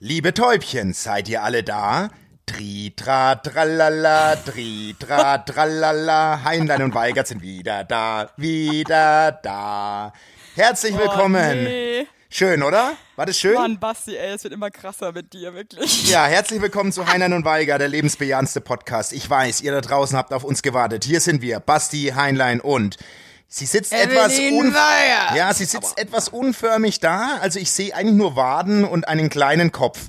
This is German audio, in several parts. Liebe Täubchen, seid ihr alle da? Tri, tra, tralala, tri, tra, tralala. Heinlein und Weigert sind wieder da, wieder da. Herzlich willkommen. Oh, nee. Schön, oder? War das schön? Mann, Basti, ey, es wird immer krasser mit dir, wirklich. Ja, herzlich willkommen zu Heinlein und Weiger, der lebensbejahendste Podcast. Ich weiß, ihr da draußen habt auf uns gewartet. Hier sind wir, Basti, Heinlein und sie sitzt etwas Evelyn Weigert. Ja, sie sitzt etwas unförmig da. Also ich sehe eigentlich nur Waden und einen kleinen Kopf.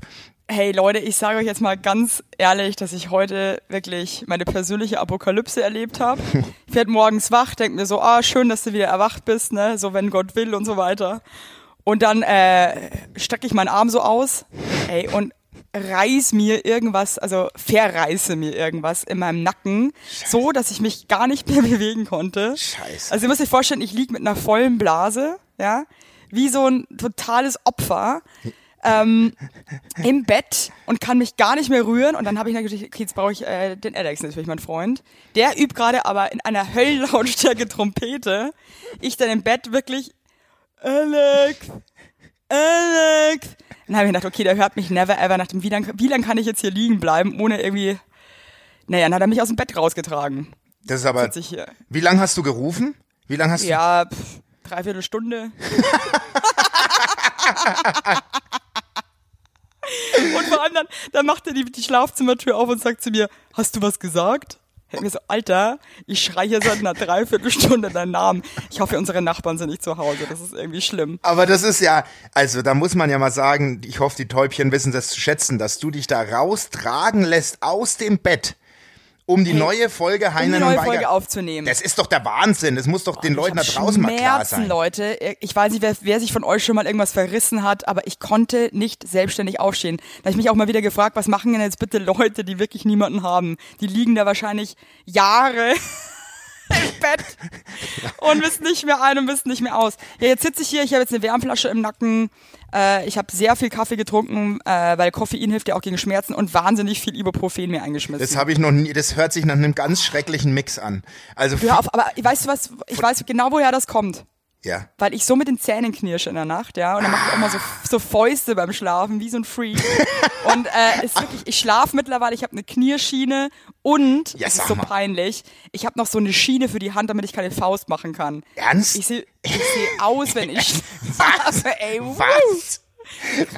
Hey Leute, ich sage euch jetzt mal ganz ehrlich, dass ich heute wirklich meine persönliche Apokalypse erlebt habe. Ich werd morgens wach, denk mir so, ah, schön, dass du wieder erwacht bist, ne, so wenn Gott will und so weiter. Und dann äh, strecke ich meinen Arm so aus, ey, und reiß mir irgendwas, also verreiße mir irgendwas in meinem Nacken, so dass ich mich gar nicht mehr bewegen konnte. Scheiße. Also ihr müsst euch vorstellen, ich lieg mit einer vollen Blase, ja, wie so ein totales Opfer ähm, im Bett und kann mich gar nicht mehr rühren. Und dann habe ich natürlich, okay, jetzt brauche ich äh, den Alex natürlich, mein Freund. Der übt gerade aber in einer Höllenlautstärke Trompete. Ich dann im Bett wirklich, Alex, Alex. Dann habe ich gedacht, okay, der hört mich never ever. Nach dem, wie lange wie lang kann ich jetzt hier liegen bleiben, ohne irgendwie... Naja, dann hat er mich aus dem Bett rausgetragen. Das ist aber. Sitze ich äh, hier. Wie lange hast du gerufen? Wie lange hast Ja, pff, dreiviertel Stunde. und vor allem dann, dann macht er die, die Schlafzimmertür auf und sagt zu mir, hast du was gesagt? Ich mir so, Alter, ich schreie hier seit einer Dreiviertelstunde deinen Namen. Ich hoffe, unsere Nachbarn sind nicht zu Hause. Das ist irgendwie schlimm. du. Aber das ist ja, also da muss man ja mal sagen, ich hoffe, die Täubchen wissen das zu schätzen, dass du dich da raustragen lässt aus dem Bett, um die neue Folge Um die Heinlein neue und Folge Weiger. aufzunehmen. Das ist doch der Wahnsinn. Das muss doch den Leuten da Ich hab draußen mal klar Schmerzen, sein. Leute. Ich weiß nicht, wer, wer sich von euch schon mal irgendwas verrissen hat, aber ich konnte nicht selbstständig aufstehen. Da hab ich mich auch mal wieder gefragt, was machen denn jetzt bitte Leute, die wirklich niemanden haben? Die liegen da wahrscheinlich Jahre im Bett und wissen nicht mehr ein und wissen nicht mehr aus. Ja, jetzt sitze ich hier, ich habe jetzt eine Wärmflasche im Nacken. Äh, ich habe sehr viel Kaffee getrunken, äh, weil Koffein hilft ja auch gegen Schmerzen und wahnsinnig viel Ibuprofen mir eingeschmissen. Das habe ich noch nie, das hört sich nach einem ganz schrecklichen Mix an. Also, Hör auf, aber weißt du was? Ich weiß genau, woher das kommt. ja. weil ich so mit den Zähnen knirsche in der Nacht, ja, und dann mache ich auch mal so, so Fäuste beim Schlafen, wie so ein Freak. Und äh, ist wirklich, ich schlafe mittlerweile, ich habe eine Knierschiene und, Ja, das sag ist so mal. peinlich, ich habe noch so eine Schiene für die Hand, damit ich keine Faust machen kann. Ernst? Ich sehe ich seh aus, wenn ich schlafe, ey. wuh. Was?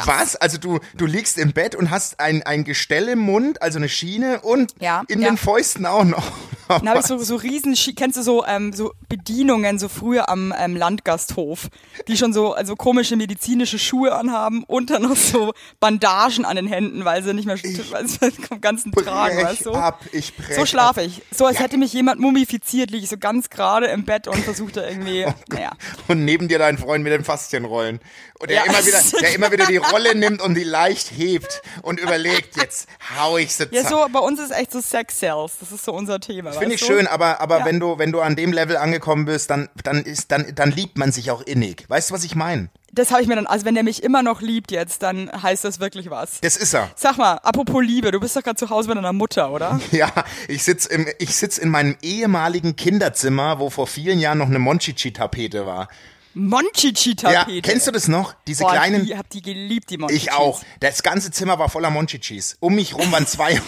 Was? Also du, du liegst im Bett und hast ein, ein Gestell im Mund, also eine Schiene und Ja, in ja. den Fäusten auch noch. Dann habe ich so, so riesen, kennst du so, ähm, so Bedienungen, so früher am ähm, Landgasthof, die schon so also komische medizinische Schuhe anhaben und dann noch so Bandagen an den Händen, weil sie nicht mehr weil sie halt vom ganzen Tragen, brech weißt du? ab, ich brech so schlafe ab. ich. So als Ja. hätte mich jemand mumifiziert, liege ich so ganz gerade im Bett und versuche da irgendwie, Oh naja. Und neben dir dein Freund mit den Faszienrollen. Und der, Ja. immer wieder, der immer wieder die Rolle nimmt und die leicht hebt und überlegt, jetzt hau ich sie Ja, zack. so bei uns ist echt so Sex Sales, das ist so unser Thema. Finde weißt ich du? schön, aber, aber Ja. wenn du, wenn du an dem Level angekommen bist, dann, dann ist, dann, dann liebt man sich auch innig. Weißt du, was ich meine? Das habe ich mir dann, also wenn der mich immer noch liebt jetzt, dann heißt das wirklich was. Das ist er. Sag mal, apropos Liebe, du bist doch gerade zu Hause bei deiner Mutter, oder? Ja, ich sitz im, ich sitz in meinem ehemaligen Kinderzimmer, wo vor vielen Jahren noch eine Monchichi-Tapete war. Ja, Monchichi-Tapete. kennst du das noch? Diese Boah, kleinen. Ich hab die geliebt, die Monchichi. Ich auch. Das ganze Zimmer war voller Monchichis. Um mich rum waren zwei,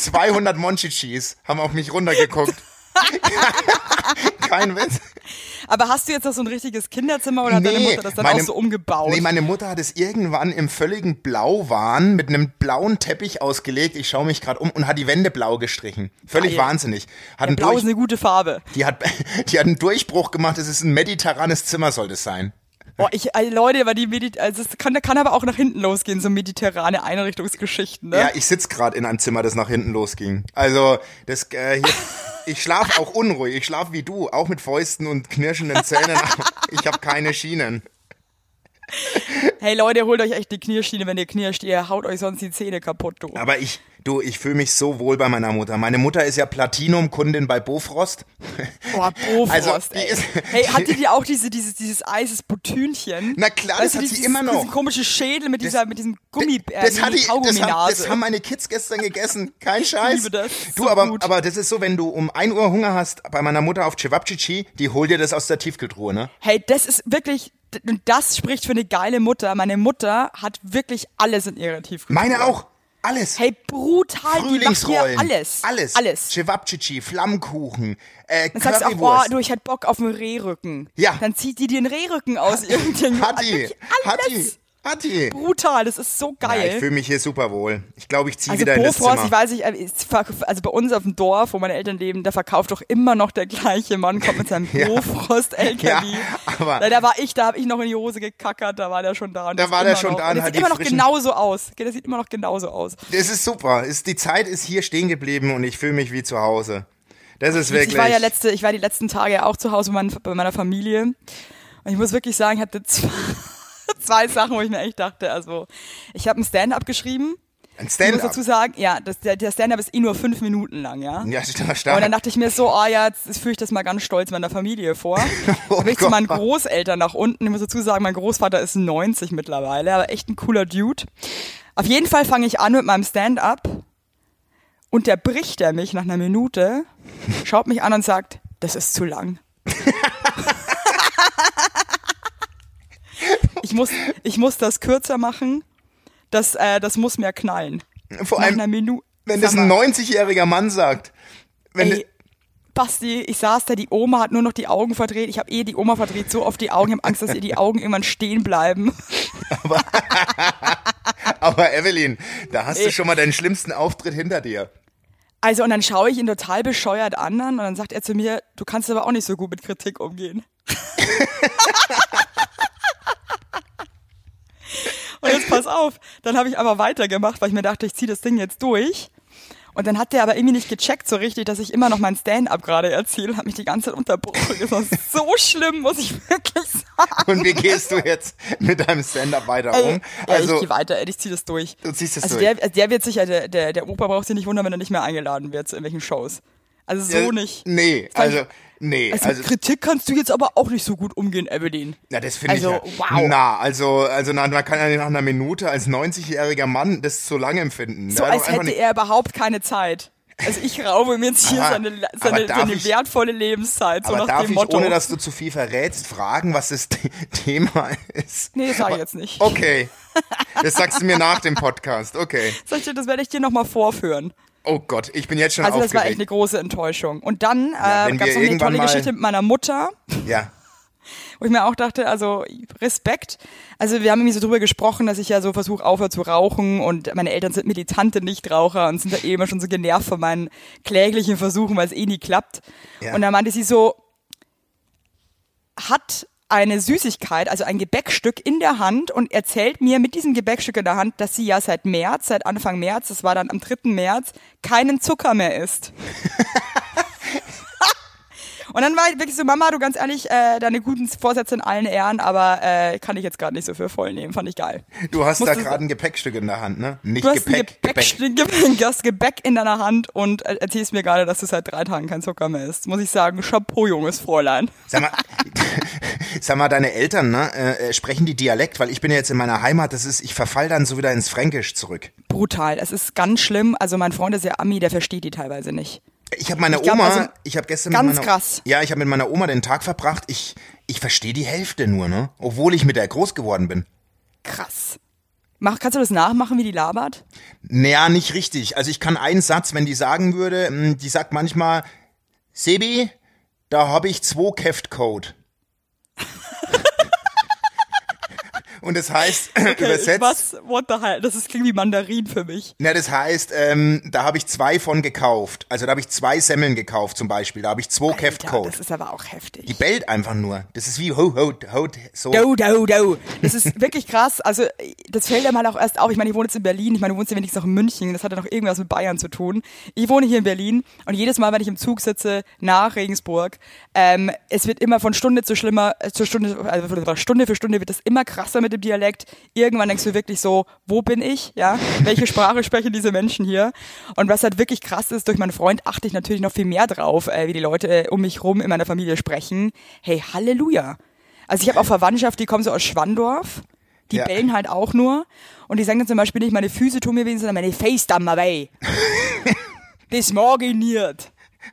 200 Monchichis, haben auf mich runtergeguckt. Kein Witz. Aber hast du jetzt noch so ein richtiges Kinderzimmer oder hat deine Mutter das dann meine- auch so umgebaut? Nee, meine Mutter hat es irgendwann im völligen Blauwahn mit einem blauen Teppich ausgelegt. Ich schaue mich gerade um und hat die Wände blau gestrichen. Völlig Geil. wahnsinnig. Hat einen Blau durch- ist eine gute Farbe. Die hat, die hat einen Durchbruch gemacht, es ist ein mediterranes Zimmer, sollte es sein. Boah, ich, ey, Leute, aber die Medi also das kann, kann aber auch nach hinten losgehen, so mediterrane Einrichtungsgeschichten, ne? Ja, ich sitz gerade in einem Zimmer, das nach hinten losging. Also, das äh, hier, ich schlafe auch unruhig, ich schlafe wie du, auch mit Fäusten und knirschenden Zähnen. Ich habe keine Schienen. Hey Leute, holt euch echt die Knirschiene, wenn ihr knirscht, ihr haut euch sonst die Zähne kaputt, du. Aber ich, du, ich fühle mich so wohl bei meiner Mutter. Meine Mutter ist ja Platinum-Kundin bei Bofrost. Boah, Bofrost, Also, die ey. ist- hey, hatte die auch diese, dieses, dieses eises Botünchen? Na klar, das du, hat dieses- sie immer noch. Diesen komischen Schädel mit dieser, mit diesem Gummi, äh, das, hat die, das, haben, Kaugumminase. das haben meine Kids gestern gegessen. Kein Scheiß. liebe das. Du, So aber, gut. aber das ist so, wenn du um 1 Uhr Hunger hast bei meiner Mutter auf Cevapcici, die holt dir das aus der Tiefkühltruhe, ne? Hey, das ist wirklich, D- Und das spricht für eine geile Mutter. Meine Mutter hat wirklich alles in ihrer Tiefkühltruhe. Meine auch. Alles. Hey, brutal, Halt, die macht mir Frühlingsrollen. alles. Alles. Alles. Cevapcici, Flammkuchen, äh, Dann sagst du auch, Currywurst. boah, du, ich hätte Bock auf einen Rehrücken. Ja. Dann zieht die dir einen Rehrücken aus. Irgendwie. hat die. Wirklich Hat die. Alles. Hat die. Brutal, das ist so Ja, ich geil. fühle mich hier super wohl. Ich glaube, ich ziehe also wieder in das Bofors, ich Zimmer. weiß nicht, äh, es verk- also bei uns auf dem Dorf, wo meine Eltern leben, da verkauft doch immer noch der gleiche Mann, kommt mit seinem Ja. Bofrost-LKW. Ja, aber- da, da war ich, da habe ich noch in die Hose gekackert, da war der schon da. Und Da ist war der immer schon noch, da und Und das hat sieht die immer noch frischen- genauso aus. Gell, Das sieht immer noch genauso aus. Also Das ist super. Ist, die Zeit ist hier stehen geblieben und ich fühle mich wie zu Hause. Das ist wirklich. Ich war ja letzte, ich war die letzten Tage auch zu Hause bei meinen- bei meiner Familie. Und ich muss wirklich sagen, ich hatte zwei, zwei Sachen, wo ich mir echt dachte, also ich habe ein Stand-up geschrieben. ein Ich muss Stand-up. dazu sagen, ja, das, der, der Stand-up ist eh nur fünf Minuten lang, ja. Ja, stark. Und dann dachte ich mir so, ah ja, jetzt führe ich das mal ganz stolz meiner Familie vor. Oh Dann bin ich zu Gott. meinen Großeltern nach unten. Ich muss dazu sagen, mein Großvater ist 90 mittlerweile, aber echt ein cooler Dude. Auf jeden Fall fange ich an mit meinem Stand-up und der bricht er mich nach einer Minute, schaut mich an und sagt, das ist zu lang. ich, muss, ich muss das kürzer machen. Das, äh, das muss mehr knallen. Vor Nach allem, einer Minute. wenn das Sag ein mal. 90-jähriger Mann sagt. Wenn Ey, Basti, ich saß da, die Oma hat nur noch die Augen verdreht. Ich habe eh die Oma verdreht so oft die Augen. Ich habe Angst, dass ihr die Augen irgendwann stehen bleiben. Aber Evelyn, da hast du Ey. schon mal deinen schlimmsten Auftritt hinter dir. Also, und dann schaue ich ihn total bescheuert an dann, und dann sagt er zu mir, du kannst aber auch nicht so gut mit Kritik umgehen. und jetzt pass auf, dann habe ich aber weitergemacht, weil ich mir dachte, ich ziehe das Ding jetzt durch. Und dann hat der aber irgendwie nicht gecheckt so richtig, dass ich immer noch mein Stand-up gerade erzähle, hat mich die ganze Zeit unterbrochen. Das war so schlimm, muss ich wirklich sagen. Und wie gehst du jetzt mit deinem Stand-up weiter Ey, um? ja, ich Also, gehe weiter, ey, ich zieh das durch. Du ziehst das also durch. Der, also der wird sicher, der, der, der Opa braucht sich nicht wundern, wenn er nicht mehr eingeladen wird zu irgendwelchen Shows. Also so äh, nicht. Nee, fand ich- also, nee, Also, also, mit Kritik kannst du jetzt aber auch nicht so gut umgehen, Evelyn. na, das finde also, ich, ja- wow. na, also, also, na, man kann ja nach einer Minute als 90-jähriger Mann das zu lang empfinden. So Ja, als doch einfach hätte nicht- er überhaupt keine Zeit. Also ich raube ihm jetzt hier Aber- seine, aber seine, darf seine ich- wertvolle Lebenszeit, so aber nach darf dem ich, Motto. ohne dass du zu viel verrätst, fragen, was das The- Thema ist? nee, das sage ich jetzt nicht. Okay. Das sagst du mir nach dem Podcast. Okay. Sag ich dir, Das werde ich dir nochmal vorführen. Oh Gott, ich bin jetzt schon Also das war aufgeregt. echt eine große Enttäuschung. Und dann Ja, äh, wenn gab wir es noch eine irgendwann tolle mal- Geschichte mit meiner Mutter. ja. wo ich mir auch dachte, also Respekt. Also wir haben irgendwie so drüber gesprochen, dass ich ja so versuche, aufhöre zu rauchen und meine Eltern sind militante Nichtraucher und sind da eh immer schon so genervt von meinen kläglichen Versuchen, weil es eh nie klappt. Ja. Und dann meinte sie so, hat eine Süßigkeit, also ein Gebäckstück in der Hand und erzählt mir mit diesem Gebäckstück in der Hand, dass sie ja seit März, seit Anfang März, das war dann am 3. März, keinen Zucker mehr isst. Und dann war ich wirklich so, Mama, du ganz ehrlich, äh, deine guten Vorsätze in allen Ehren, aber äh, kann ich jetzt gerade nicht so für voll nehmen, fand ich geil. Du hast da Musstest- gerade ein Gepäckstück in der Hand, ne? Nicht Du hast ein Gepäck, Gepäck. Gebäckstück, Gebäck. du hast Gebäck in deiner Hand und äh, erzählst mir gerade, dass du seit drei Tagen kein Zucker mehr isst. Muss ich sagen, Chapeau, junges Fräulein. Sag mal, sag mal, deine Eltern, ne, äh, äh, sprechen die Dialekt, weil ich bin ja jetzt in meiner Heimat, das ist, ich verfall dann so wieder ins Fränkisch zurück. Brutal, es ist ganz schlimm. Also mein Freund ist ja Ami, der versteht die teilweise nicht. Ich habe meine Ich glaub, Oma, also, ich habe gestern ganz mit meiner, krass. ja, ich habe mit meiner Oma den Tag verbracht. Ich, ich verstehe die Hälfte nur, ne, obwohl ich mit der groß geworden bin. Krass. Mach, kannst du das nachmachen, wie die labert? Naja, nicht richtig. Also ich kann einen Satz, wenn die sagen würde, mh, die sagt manchmal, Sebi, da habe ich zwei Keft Code. Und das heißt, übersetzt, Was? What the hell? Das ist, klingt wie Mandarin für mich. Na, das heißt, ähm, da habe ich zwei von gekauft. Also da habe ich zwei Semmeln gekauft zum Beispiel. Da habe ich zwei Alter, Keftcode. Das ist aber auch heftig. Die bellt einfach nur. Das ist wie ho, ho, ho, so. Do, do, do. Das ist wirklich krass. Also, das fällt einem halt auch erst auf. Ich meine, ich wohne jetzt in Berlin. Ich meine, du wohnst ja wenigstens noch in München. Das hat ja noch irgendwas mit Bayern zu tun. Ich wohne hier in Berlin und jedes Mal, wenn ich im Zug sitze nach Regensburg, ähm, es wird immer von Stunde zu schlimmer, äh, zu Stunde, also von Stunde für Stunde wird es immer krasser mit dem Dialekt. Irgendwann denkst du wirklich so, wo bin ich? Ja, welche Sprache sprechen diese Menschen hier? Und was halt wirklich krass ist, durch meinen Freund achte ich natürlich noch viel mehr drauf, äh, wie die Leute äh, um mich rum in meiner Familie sprechen. Hey, Halleluja! Also ich habe auch Verwandtschaft, die kommen so aus Schwandorf. Die Ja. bellen halt auch nur. Und die sagen dann zum Beispiel nicht, meine Füße tun mir weh, sondern meine Face tun mir weh. das mag ich nicht.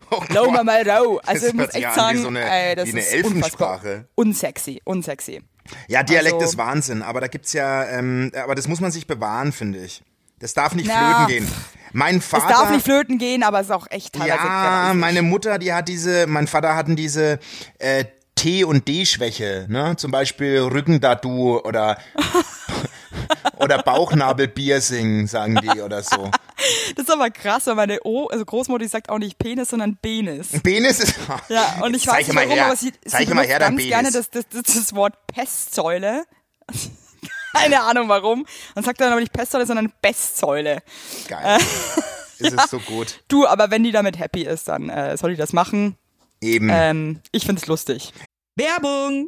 Oh Lau mir Gott. mal rau. Also Das ich muss hört sich an echt wie sagen, so eine- äh, das wie eine ist unfassbar. Elfensprache. Unsexy, unsexy. Ja, Dialekt Also- ist Wahnsinn, aber da gibt's ja, ähm, aber das muss man sich bewahren, finde ich. Das darf nicht Na, flöten gehen. Mein Vater. Es darf nicht flöten gehen, aber es ist auch echt teilweise. Ja, meine Mutter, die hat diese, mein Vater hatten diese äh, T- und D-Schwäche, ne? Zum Beispiel Rückendattoo oder, oder Bauchnabelbiersing, sagen die oder so. Das ist aber krass, weil meine o also Großmutter die sagt auch nicht Penis, sondern Penis. Penis ist. Ja, und ich Zeig weiß nicht mal warum, her. aber sie, sie Zeig mal benutzt her, dein ganz Penis. gerne das, das, das, das Wort Pestsäule. Keine Ahnung warum. Und sagt dann aber nicht Pestsäule, sondern Bestsäule. Geil. Es ist so gut. Du, aber wenn die damit happy ist, dann äh, soll die das machen. Eben. Ähm, ich find's lustig. Hm. Werbung!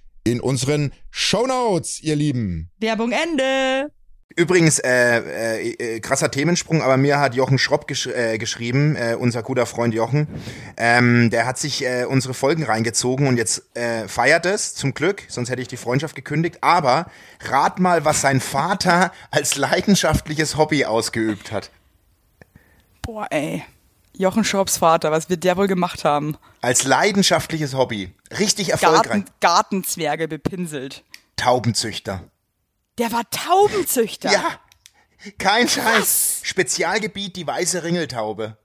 in unseren Shownotes, ihr Lieben. Werbung Ende! Übrigens, äh, äh, äh, krasser Themensprung, aber mir hat Jochen Schropp gesch äh, geschrieben, äh, unser guter Freund Jochen. Ähm, der hat sich äh, unsere Folgen reingezogen und jetzt äh, feiert es, zum Glück, sonst hätte ich die Freundschaft gekündigt. Aber rat mal, was sein Vater als leidenschaftliches Hobby ausgeübt hat. Boah, ey. Jochen Schrops Vater, was wird der wohl gemacht haben? Als leidenschaftliches Hobby. Richtig erfolgreich. Garten, Gartenzwerge bepinselt. Taubenzüchter. Der war Taubenzüchter. Ja, kein Scheiß. Spezialgebiet die weiße Ringeltaube.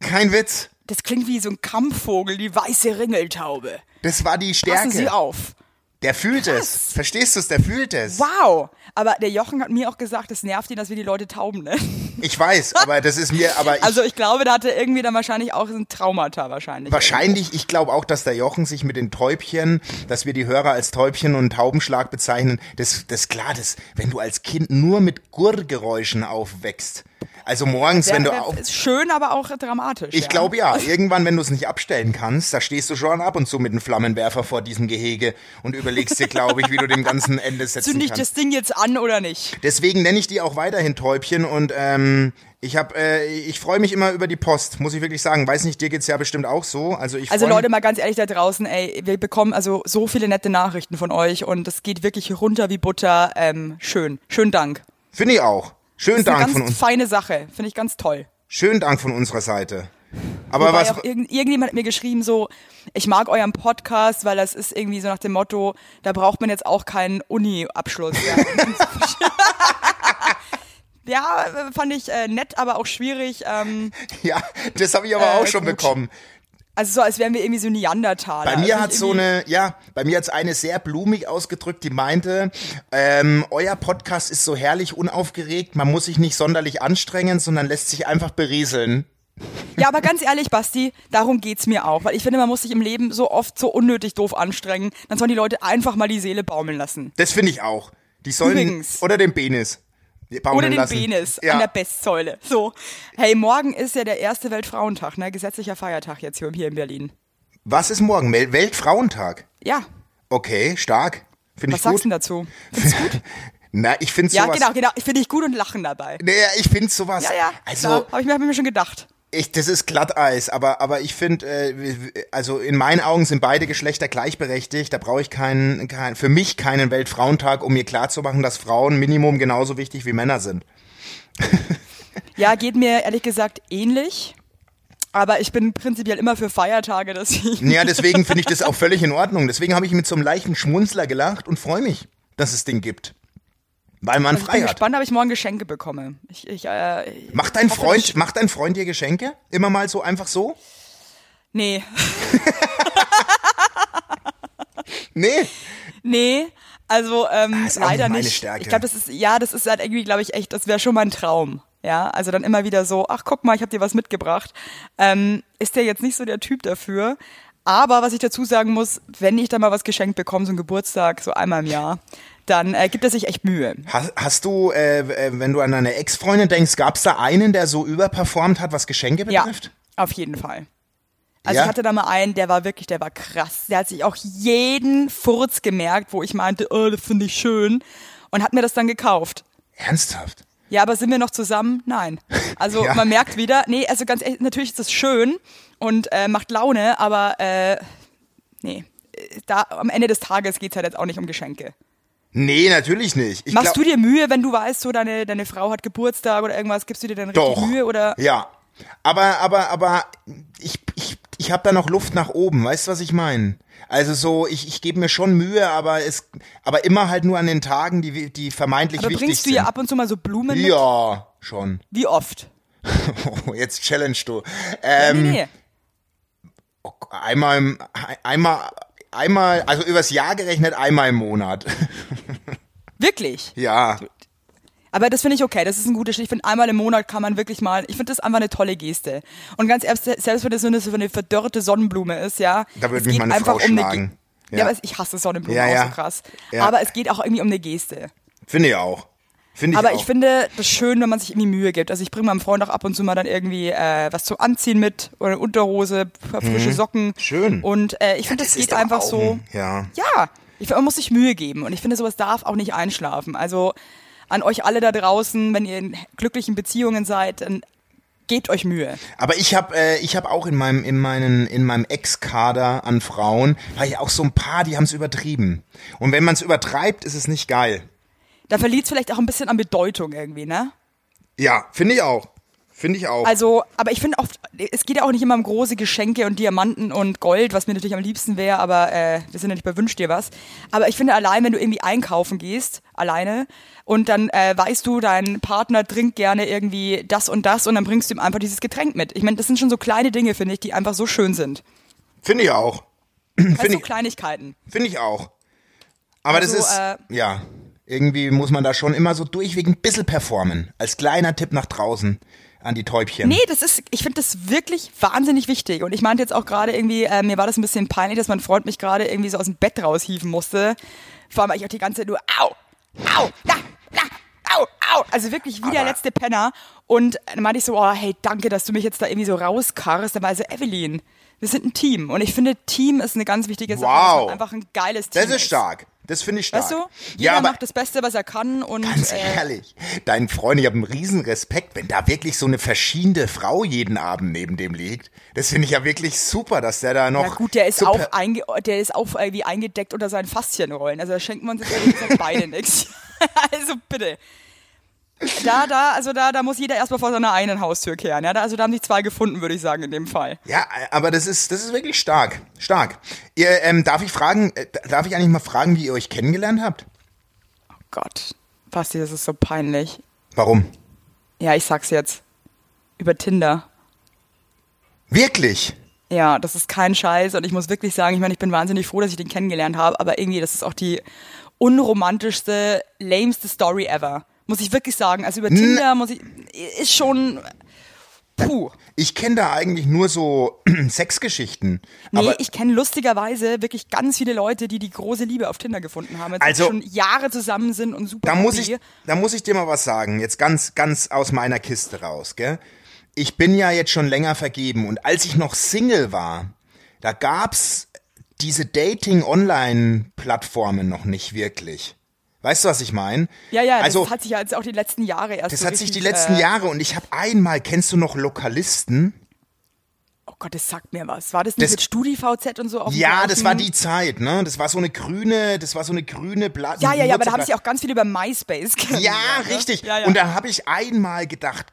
Kein Witz. Das klingt wie so ein Kampfvogel, die weiße Ringeltaube. Das war die Stärke. Passen Sie auf. Der fühlt es. Verstehst du es? Der fühlt es. Wow. Aber der Jochen hat mir auch gesagt, es nervt ihn, dass wir die Leute Tauben nennen. Ich weiß, aber das ist mir, aber ich, Also ich glaube, da hatte irgendwie dann wahrscheinlich auch so ein Traumata wahrscheinlich. wahrscheinlich, ich glaube auch, dass der Jochen sich mit den Täubchen, dass wir die Hörer als Täubchen und Taubenschlag bezeichnen, das, das klar, das, wenn du als Kind nur mit Gurrgeräuschen aufwächst. Also morgens, wenn du Wär- wär- auf, ist schön, aber auch dramatisch. ich ja. glaube ja, irgendwann, wenn du es nicht abstellen kannst, da stehst du schon ab und zu mit einem Flammenwerfer vor diesem Gehege und überlegst dir, glaube ich, wie du dem ganzen Ende setzen Zünde ich kannst. das Ding jetzt an oder nicht? Deswegen nenne ich die auch weiterhin Täubchen und ähm, ich habe, äh, ich freue mich immer über die Post, muss ich wirklich sagen. Weiß nicht, dir geht's ja bestimmt auch so. Also ich Also freu Leute, mich- mal ganz ehrlich da draußen, ey, wir bekommen also so viele nette Nachrichten von euch und das geht wirklich runter wie Butter. Ähm, schön. Schönen Dank. finde ich auch. Schönen Das ist Dank eine von ganz uns, feine Sache. Finde ich ganz toll. schönen Dank von unserer Seite. Aber Wobei was? auch irgend, irgendjemand hat mir geschrieben so, ich mag euren Podcast, weil das ist irgendwie so nach dem Motto, da braucht man jetzt auch keinen Uni-Abschluss. Ja, ja fand ich äh, nett, aber auch schwierig. Ähm, Ja, das habe ich aber Äh, auch schon gut. bekommen. also so, als wären wir irgendwie so Neandertaler. Bei mir Also hat ich so irgendwie- eine, ja, bei mir hat's eine sehr blumig ausgedrückt, die meinte, ähm, euer Podcast ist so herrlich unaufgeregt, man muss sich nicht sonderlich anstrengen, sondern lässt sich einfach berieseln. Ja, aber ganz ehrlich, Basti, darum geht's mir auch. Weil ich finde, man muss sich im Leben so oft so unnötig doof anstrengen. Dann sollen die Leute einfach mal die Seele baumeln lassen. Das finde ich auch. Die sollen Übrigens. oder den Penis baumeln Oder den lassen. Penis Ja. an der Bestsäule. So. Hey, morgen ist ja der erste Weltfrauentag, ne? Gesetzlicher Feiertag jetzt hier, hier in Berlin. Was ist morgen? Wel- Weltfrauentag. Ja. Okay, stark. Finde Was ich sagst du gut. dazu? Na, ich finde Ja, sowas. genau, genau. Ich finde ich gut und lachen dabei. Naja, ich finde sowas. Ja, ja. also, habe ich, mir- hab ich mir schon gedacht. ich, das ist Glatteis, aber, aber ich finde, äh, w- w- also in meinen Augen sind beide Geschlechter gleichberechtigt. Da brauche ich keinen, kein, für mich keinen Weltfrauentag, um mir klarzumachen, dass Frauen Minimum genauso wichtig wie Männer sind. Ja, geht mir ehrlich gesagt ähnlich. Aber ich bin prinzipiell immer für Feiertage, deswegen. Ja, deswegen finde ich das auch völlig in Ordnung. Deswegen habe ich mit so einem leichten Schmunzler gelacht und freue mich, dass es den gibt. Weil man Ich frei Also bin hat. gespannt, ob ich morgen Geschenke bekomme. Ich, ich, äh, ich Macht dein hoffe, dass- Freund, macht dein Freund dir Geschenke? Immer mal so einfach so? Nee. Nee. Nee, also ähm, Ah, ist auch nicht leider meine nicht. Stärke. Ich glaube, das ist ja, das ist halt irgendwie, glaube ich, echt, das wäre schon mein Traum. Ja, also dann immer wieder so, ach guck mal, ich habe dir was mitgebracht. Ähm, ist der jetzt nicht so der Typ dafür? Aber was ich dazu sagen muss, wenn ich da mal was geschenkt bekomme, so ein Geburtstag, so einmal im Jahr, dann äh, gibt er sich echt Mühe. Hast, hast du, äh, äh, wenn du an deine Ex-Freundin denkst, gab es da einen, der so überperformt hat, was Geschenke Ja, betrifft? auf jeden Fall. Also Ja? ich hatte da mal einen, der war wirklich, der war krass. Der hat sich auch jeden Furz gemerkt, wo ich meinte, oh, das finde ich schön und hat mir das dann gekauft. Ernsthaft? Ja, aber sind wir noch zusammen? Nein. Also Ja. man merkt wieder, nee, also ganz ehrlich, natürlich ist das schön und äh, macht Laune, aber äh, nee. Äh, Da, am Ende des Tages geht's halt jetzt auch nicht um Geschenke. Nee, natürlich nicht. Ich Machst glaub- du dir Mühe, wenn du weißt, so deine, deine Frau hat Geburtstag oder irgendwas, gibst du dir dann richtig Doch. Mühe oder Ja. Aber, aber, aber ich, ich, ich habe da noch Luft nach oben, weißt du, was ich meine? Also so, ich, ich gebe mir schon Mühe, aber es, aber immer halt nur an den Tagen, die, wi- die vermeintlich aber wichtig bringst du sind. ihr ab und zu mal so Blumen mit? ja, schon. Wie oft? Oh, jetzt challenge du. Ja, Ähm, nee, nee. oh, einmal, im, einmal, einmal, also übers Jahr gerechnet, einmal im Monat. Wirklich. ja. Aber das finde ich okay, das ist ein guter Schritt. Ich finde, einmal im Monat kann man wirklich mal, ich finde das einfach eine tolle Geste. Und ganz ehrlich, selbst wenn das so eine, so eine verdörrte Sonnenblume ist, ja. Da würde es mich geht meine einfach Frau um eine schlagen. Ge- Ja. Ja, aber es- ich hasse Sonnenblumen Ja, auch ja. so krass. Ja. Aber es geht auch irgendwie um eine Geste. Finde ich auch. Finde ich Aber auch. ich finde das schön, wenn man sich irgendwie Mühe gibt. Also ich bringe meinem Freund auch ab und zu mal dann irgendwie äh, was zum Anziehen mit oder eine Unterhose, paar frische Socken. Mhm. Schön. Und äh, ich finde, das, ist geht doch einfach auch so. ein- Ja. Ja, ich, find, man muss sich Mühe geben und ich finde, sowas darf auch nicht einschlafen. Also an euch alle da draußen, wenn ihr in glücklichen Beziehungen seid, dann gebt euch Mühe. Aber ich habe äh, ich habe auch in meinem in meinen in meinem Ex-Kader an Frauen war ja auch so ein paar, die haben es übertrieben. Und wenn man es übertreibt, ist es nicht geil. Da verliert es vielleicht auch ein bisschen an Bedeutung irgendwie, ne? Ja, finde ich auch. Finde ich auch. Also, aber ich finde oft, es geht ja auch nicht immer um große Geschenke und Diamanten und Gold, was mir natürlich am liebsten wäre, aber äh, wir sind ja nicht bei Wünsch dir was. Aber ich finde allein, wenn du irgendwie einkaufen gehst, alleine, und dann äh, weißt du, dein Partner trinkt gerne irgendwie das und das und dann bringst du ihm einfach dieses Getränk mit. Ich meine, das sind schon so kleine Dinge, finde ich, die einfach so schön sind. finde ich auch. Also so ich- Kleinigkeiten. Finde ich auch. Aber Also, das ist äh, ja irgendwie muss man da schon immer so durchweg ein bisschen performen. Als kleiner Tipp nach draußen an die Täubchen. Nee, das ist, ich finde das wirklich wahnsinnig wichtig. Und ich meinte jetzt auch gerade irgendwie, äh, mir war das ein bisschen peinlich, dass mein Freund mich gerade irgendwie so aus dem Bett raushieven musste. Vor allem, weil ich auch die ganze Zeit nur, au, au, da, da, au, au. Also wirklich wie der Aber- letzte Penner. Und dann meinte ich so, oh, hey, danke, dass du mich jetzt da irgendwie so rauskarrst. Dann war also Evelyn. Wir sind ein Team. Und ich finde, Team ist eine ganz wichtige Sache. dass Wow. man Einfach ein geiles Team. Das ist stark. Das finde ich stark. Weißt du? Jeder ja, aber macht das Beste, was er kann. Und, Ganz äh, ehrlich, dein Freund, ich habe einen riesen Respekt, wenn da wirklich so eine verschiedene Frau jeden Abend neben dem liegt. Das finde ich ja wirklich super, dass der da noch. Ja gut, der ist super- auch einge der ist auch irgendwie eingedeckt unter seinen Faszienrollen. Also da schenken wir uns jetzt ehrlich gesagt beide nichts. Also bitte. Da, da, also da, da muss jeder erstmal vor seiner eigenen Haustür kehren. Ja? Da, also da haben sich zwei gefunden, würde ich sagen, in dem Fall. Ja, aber das ist, das ist wirklich stark. Stark. Ihr, ähm, darf ich fragen, äh, darf ich eigentlich mal fragen, wie ihr euch kennengelernt habt? Oh Gott, Basti, das ist so peinlich. Warum? Ja, ich sag's jetzt. Über Tinder. Wirklich? Ja, das ist kein Scheiß und ich muss wirklich sagen, ich meine, ich bin wahnsinnig froh, dass ich den kennengelernt habe, aber irgendwie, das ist auch die unromantischste, lameste Story ever. Muss ich wirklich sagen. Also über Tinder muss ich, ist schon, puh. Ich kenne da eigentlich nur so Sexgeschichten. Nee, aber ich kenne lustigerweise wirklich ganz viele Leute, die die große Liebe auf Tinder gefunden haben. Jetzt Also- schon Jahre zusammen sind und super. da muss happy. ich, da muss ich dir mal was sagen. Jetzt ganz, ganz aus meiner Kiste raus, gell? Ich bin ja jetzt schon länger vergeben und als ich noch Single war, da gab's diese Dating-Online-Plattformen noch nicht wirklich. Weißt du, was ich meine? Ja, ja, das Also, hat sich ja jetzt auch die letzten Jahre erst das so hat sich die richtig, letzten äh, Jahre und ich habe einmal, kennst du noch Lokalisten? Oh Gott, das sagt mir was. War das nicht Das- mit StudiVZ und so? Auf dem Ja, das war gleichen- die Zeit, ne? Das war so eine grüne, das war so eine grüne Blatt. Ja, ja, ja, aber da haben Nutzerpla- sich auch ganz viele über MySpace kennengelernt. Ja, ne? richtig. Ja, ja. Und da habe ich einmal gedacht,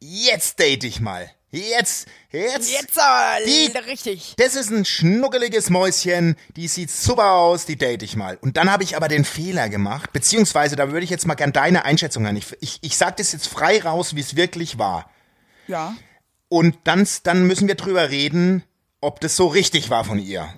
jetzt date ich mal. Jetzt, jetzt. Jetzt aber Die- richtig. Das ist ein schnuckeliges Mäuschen, die sieht super aus, die date ich mal. Und dann habe ich aber den Fehler gemacht, beziehungsweise da würde ich jetzt mal gern deine Einschätzung an. Ich, ich, ich sage das jetzt frei raus, wie es wirklich war. Ja. Und dann, dann müssen wir drüber reden, ob das so richtig war von ihr.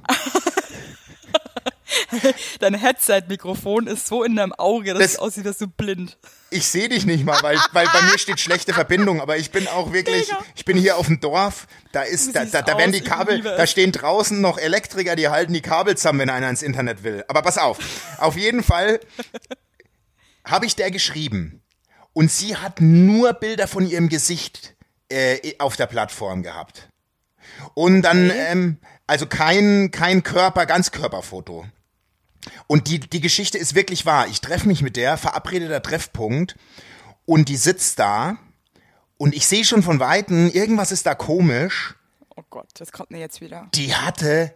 Dein Headset-Mikrofon ist so in deinem Auge, dass Das- es aussieht, als wärst du blind. Ich sehe dich nicht mal, weil, weil bei mir steht schlechte Verbindung, aber ich bin auch wirklich, ich bin hier auf dem Dorf, da ist, da, siehst da, da werden aus, die ich Kabel, liebe es. da stehen draußen noch Elektriker, die halten die Kabel zusammen, wenn einer ins Internet will. Aber pass auf, auf jeden Fall habe ich der geschrieben und sie hat nur Bilder von ihrem Gesicht äh, auf der Plattform gehabt. Und dann, ähm, also kein, kein Körper, Ganzkörperfoto. Und die, die Geschichte ist wirklich wahr. Ich treffe mich mit der, verabredeter Treffpunkt, und die sitzt da, und ich sehe schon von Weitem, irgendwas ist da komisch. Oh Gott, das kommt mir jetzt wieder. Die hatte,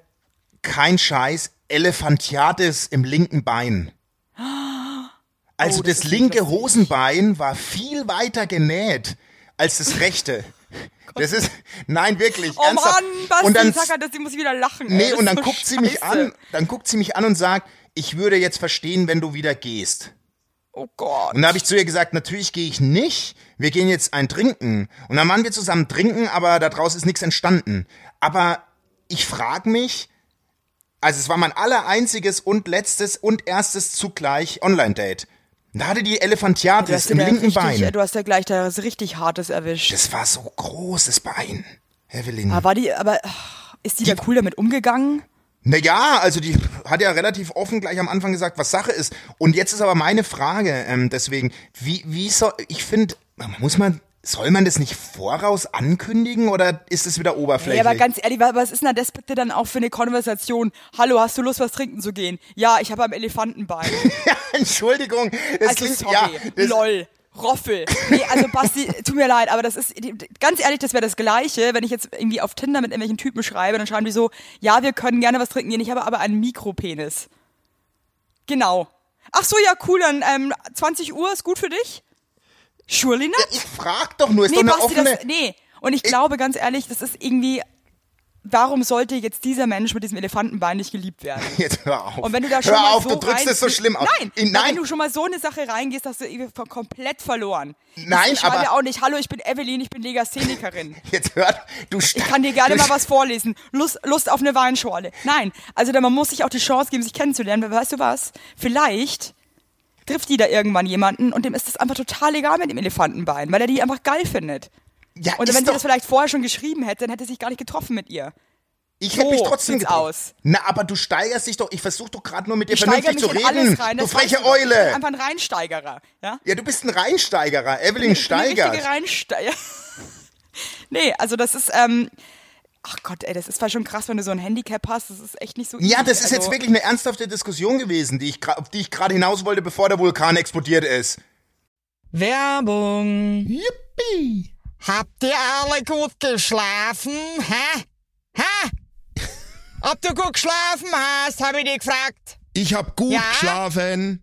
kein Scheiß, Elefantiatis im linken Bein. Also Oh, das das, ist linke lustig. Hosenbein war viel weiter genäht als das rechte. Das ist, nein, wirklich, Oh ernsthaft. Mann, Basti, und dann sag halt, dass ich muss wieder lachen. ey, Nee, das und ist dann so guckt sie mich scheiße. an, dann guckt sie mich an und sagt, ich würde jetzt verstehen, wenn du wieder gehst. Oh Gott. Und da habe ich zu ihr gesagt, natürlich gehe ich nicht. Wir gehen jetzt ein Trinken. Und dann waren wir zusammen trinken, aber daraus ist nichts entstanden. Aber ich frage mich, also es war mein aller einziges und letztes und erstes zugleich Online-Date. Da hatte die du Elefantiatis hast im ja linken richtig, Bein. Du hast ja gleich da was richtig Hartes erwischt. Das war so großes Bein, Evelyn. aber war die, aber ach, ist die, da cool damit umgegangen? Naja, also die hat ja relativ offen gleich am Anfang gesagt, was Sache ist. Und jetzt ist aber meine Frage, ähm, deswegen, wie, wie soll, ich finde, muss man, soll man das nicht voraus ankündigen oder ist es wieder oberflächlich? Ja, aber ganz ehrlich, wa- was ist denn das bitte dann auch für eine Konversation? Hallo, hast du Lust, was trinken zu gehen? Ja, ich habe am Elefantenbein. Entschuldigung, das Also klingt, sorry, ja, das, lol. Roffel. Nee, also Basti, tut mir leid, aber das ist, ganz ehrlich, das wäre das Gleiche, wenn ich jetzt irgendwie auf Tinder mit irgendwelchen Typen schreibe, dann schreiben die so, ja, wir können gerne was trinken gehen, ich habe aber einen Mikropenis. Genau. Ach so, ja, cool, dann ähm, 20 Uhr ist gut für dich? Surely not. ich frag doch nur, ist Nee, doch eine Basti, offene, das, nee. Und ich glaube, ganz ehrlich, das ist irgendwie, warum sollte jetzt dieser Mensch mit diesem Elefantenbein nicht geliebt werden? jetzt hör auf. Und wenn du da schon hör mal auf, so du drückst rein- es so schlimm auf. Nein, In, weil nein, wenn du schon mal so eine Sache reingehst, hast du irgendwie ver- komplett verloren. Nein, ich schreibe aber- auch nicht, hallo, ich bin Evelyn, ich bin Legasthenikerin. jetzt hör, du Ich kann dir gerne du, mal was vorlesen. Lust, Lust auf eine Weinschorle. Nein, also da, man muss sich auch die Chance geben, sich kennenzulernen, weil weißt du was? Vielleicht trifft die da irgendwann jemanden und dem ist das einfach total egal mit dem Elefantenbein, weil er die einfach geil findet. Ja, Und ist wenn sie doch, das vielleicht vorher schon geschrieben hätte, dann hätte sie sich gar nicht getroffen mit ihr. Ich hätte mich So trotzdem sieht's getraut. aus. Na, aber du steigerst dich doch. Ich versuche doch gerade nur mit dir Ich steigere vernünftig mich zu in reden. alles rein. du das weißt freche doch. Ich bin Eule. einfach ein Reinsteigerer. Ja? Ja, du bist ein Reinsteigerer. Evelyn Eine steigert. richtige Reinsteiger. nee, also das ist, ähm, ach Gott, ey, das ist zwar schon krass, wenn du so ein Handicap hast. Das ist echt nicht so easy. Ja, das ist also, jetzt wirklich eine ernsthafte Diskussion gewesen, die ich, gra- auf die ich gerade hinaus wollte, bevor der Vulkan explodiert ist. Werbung. Yippie! Habt ihr alle gut geschlafen? Hä? Hä? Ob du gut geschlafen hast, habe ich dich gefragt. Ich hab gut Ja? geschlafen.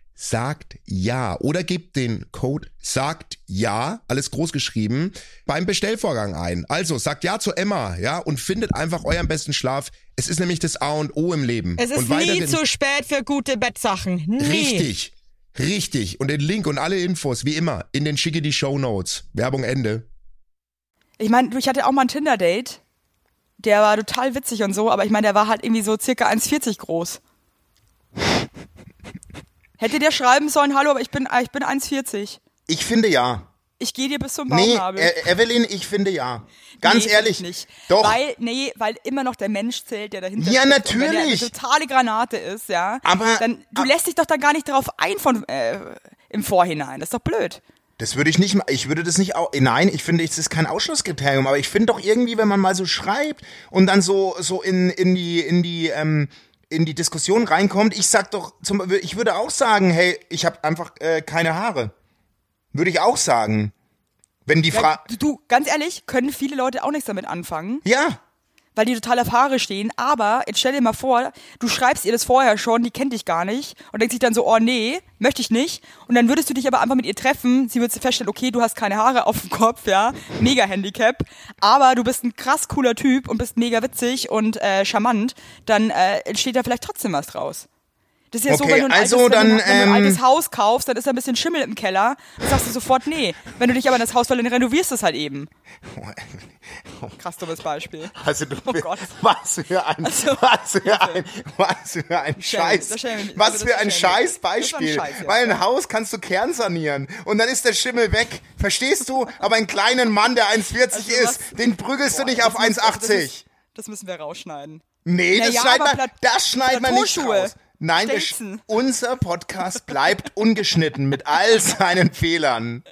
sagt ja oder gebt den Code sagt ja, alles groß geschrieben, beim Bestellvorgang ein. Also sagt ja zu Emma, ja, und findet einfach euren besten Schlaf. Es ist nämlich das A und O im Leben. Es ist und nie weiterhin- zu spät für gute Bettsachen. Nie. Richtig. Richtig. Und den Link und alle Infos, wie immer, in den schicke die Show Notes. Werbung Ende. Ich meine, du, ich hatte auch mal ein Tinder-Date. Der war total witzig und so, aber ich meine, der war halt irgendwie so circa 1,40 groß. Hätte der schreiben sollen, hallo, aber ich bin, ich bin 1,40. Ich finde ja. Ich gehe dir bis zum Nee, Bauchnabel. E- Evelyn, ich finde ja. Ganz Nee, ehrlich. nicht. Doch. Weil, nee, weil immer noch der Mensch zählt, der dahinter Ja, steckt. Und Wenn der eine natürlich. totale Granate ist, ja. Aber- Dann, du ab- lässt dich doch da gar nicht drauf ein von, äh, im Vorhinein. Das ist doch blöd. Das würde ich nicht, ma- ich würde das nicht, au- nein, ich finde, es ist kein Ausschlusskriterium, aber ich finde doch irgendwie, wenn man mal so schreibt und dann so, so in, in die, in die, ähm, in die Diskussion reinkommt, ich sag doch, zum, ich würde auch sagen, hey, ich habe einfach äh, keine Haare. Würde ich auch sagen. Wenn die Frage, Du, du, ganz ehrlich, können viele Leute auch nichts damit anfangen, ja, weil die total auf Haare stehen. Aber jetzt stell dir mal vor, du schreibst ihr das vorher schon, die kennt dich gar nicht und denkt sich dann so, oh nee, möchte ich nicht. Und dann würdest du dich aber einfach mit ihr treffen. Sie würde feststellen, okay, du hast keine Haare auf dem Kopf, ja, mega Handicap. Aber du bist ein krass cooler Typ und bist mega witzig und äh, charmant. Dann äh, entsteht da vielleicht trotzdem was draus. Das ist ja so, Okay, wenn du ein, also altes, wenn du, wenn dann, du ein ähm, altes Haus kaufst, dann ist da ein bisschen Schimmel im Keller. Dann sagst du sofort, nee. Wenn du dich aber in das Haus, weil dann renovierst du es halt eben. Krass dummes Beispiel. Also du, Oh Gott. was für ein, Also, was für ein, was für ein Schäme, Scheiß, das schäme ich. was Also, für das ein schäme ich. Das war ein Scheißbeispiel. Scheiß jetzt, Weil ein ja. Haus kannst du kernsanieren und dann ist der Schimmel weg, verstehst du? Aber einen kleinen Mann, der 1,40 was- ist, den prügelst du Boah, nicht das auf muss- also das 1,80. ist- Das müssen wir rausschneiden. Nee, Na das ja, schneidet aber man, Plat- das schneidet man nicht Plateauschuhe. raus. Nein, wir, sch- Stelzen. unser Podcast bleibt ungeschnitten mit all seinen Fehlern.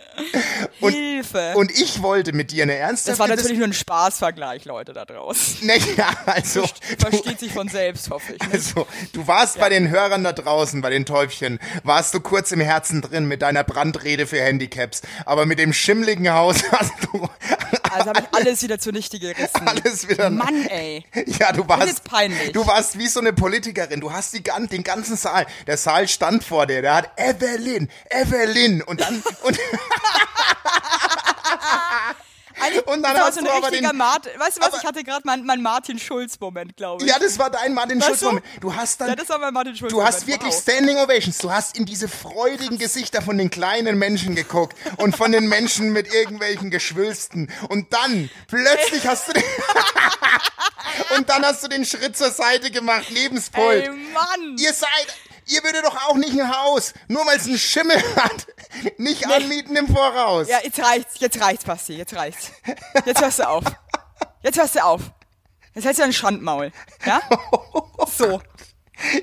Und, Hilfe. und ich wollte mit dir eine ernsthafte das war Dis- natürlich nur ein Spaßvergleich, Leute da draußen. Nee, ja, also, du, Versteht sich von selbst, hoffe ich. Ne? Also, du warst bei den Hörern da draußen, bei den Täubchen, warst du kurz im Herzen drin mit deiner Brandrede für Handicaps, aber mit dem schimmligen Haus hast du Also habe ich alles wieder zunichte gerissen. alles wieder. Mann, ey. Ja, du warst. jetzt peinlich. Du warst wie so eine Politikerin. Du hast die, gan- den ganzen Saal. Der Saal stand vor dir. Der hat Evelyn, Evelyn und dann und, Eigentlich, Und dann das war hast so du ein aber richtiger den- Martin. Weißt du was? aber- Ich hatte gerade meinen mein Martin-Schulz-Moment, glaube ich. ja, das war dein Martin Weißt Schulz du? Moment. Du hast dann Ja, das war mein Martin-Schulz-Moment. Du hast wirklich wow. Standing Ovations. Du hast in diese freudigen Gesichter von den kleinen Menschen geguckt und von den Menschen mit irgendwelchen Geschwülsten. Und dann plötzlich hast du den und dann hast du den Schritt zur Seite gemacht, Lebenspult. Ey, Mann. Ihr seid, ihr würdet doch auch nicht ein Haus, nur weil es einen Schimmel hat, nicht anmieten im Voraus. Ja, jetzt reicht's. Jetzt reicht's, Basti. Jetzt reicht's. Jetzt hörst du auf. Jetzt hörst du auf. Jetzt hältst du dein Schandmaul. Ja? So.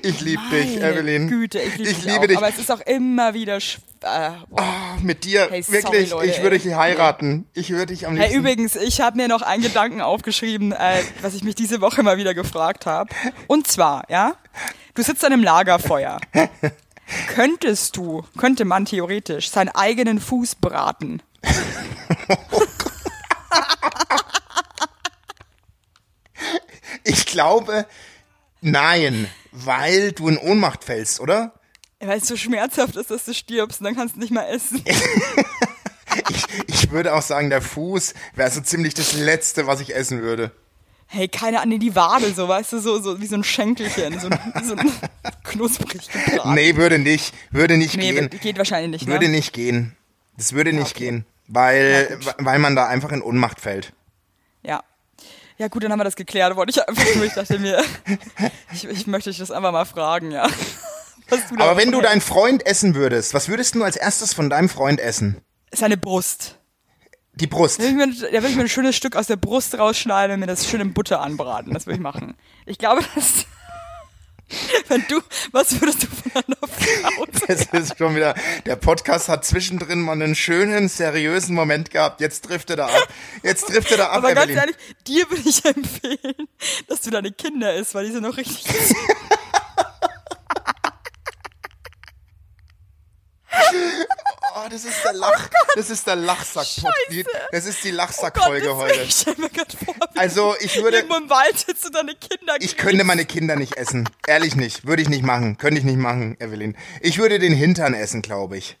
ich liebe dich, Meine Evelyn. Güte, ich, lieb ich dich liebe auch. dich. Aber es ist auch immer wieder. Sch äh, boah. Ah, mit dir, Hey, sorry, wirklich, Leute, ich würde ey. dich heiraten. Ich würde dich am liebsten. hey, übrigens, ich habe mir noch einen Gedanken aufgeschrieben, äh, was ich mich diese Woche mal wieder gefragt habe. Und zwar, ja, du sitzt an einem Lagerfeuer. Könntest du, könnte man theoretisch seinen eigenen Fuß braten? Ich glaube, nein, weil du in Ohnmacht fällst, oder? Weil es so schmerzhaft ist, dass du stirbst und dann kannst du nicht mehr essen. Ich, ich würde auch sagen, der Fuß wäre so ziemlich das Letzte, was ich essen würde. Hey, keine Ahnung, die Wade, so, weißt du, so, so wie so ein Schenkelchen, so ein, so ein knusprig gebraten. Nee, würde nicht, würde nicht Nee, gehen. wird- geht wahrscheinlich nicht, ne? Würde nicht gehen. Das würde nicht gehen, weil, weil man da einfach in Ohnmacht fällt. Ja. Ja, gut, dann haben wir das geklärt. Wollte ich einfach nur, ich dachte mir, ich, ich möchte dich das einfach mal fragen, ja. Was du da- Aber wenn du deinen Freund essen würdest, was würdest du als erstes von deinem Freund essen? Seine Brust. Die Brust. Da würde ich, mir- da würde ich mir ein schönes Stück aus der Brust rausschneiden und mir das schön in Butter anbraten. Das würde ich machen. Ich glaube, das. Wenn du. Was würdest du von einer Frau? Es ist schon wieder. Der Podcast hat zwischendrin mal einen schönen, seriösen Moment gehabt. Jetzt driftet er ab. Jetzt driftet er ab, Aber ganz Evelyn. ehrlich, dir würde ich empfehlen, dass du deine Kinder isst, weil die sind noch richtig. Oh, Ah, das ist der Lach, das ist der Lachsack. Die, das ist die Lachsack-Folge Oh Gott, heute. Ich stelle mir gerade vor, wie Also, ich würde- irgendwo im Wald sitzt und deine Kinder Ich könnte meine Kinder nicht essen. Ehrlich nicht. Würde ich nicht machen. Könnte ich nicht machen, Evelyn. Ich würde den Hintern essen, glaube ich.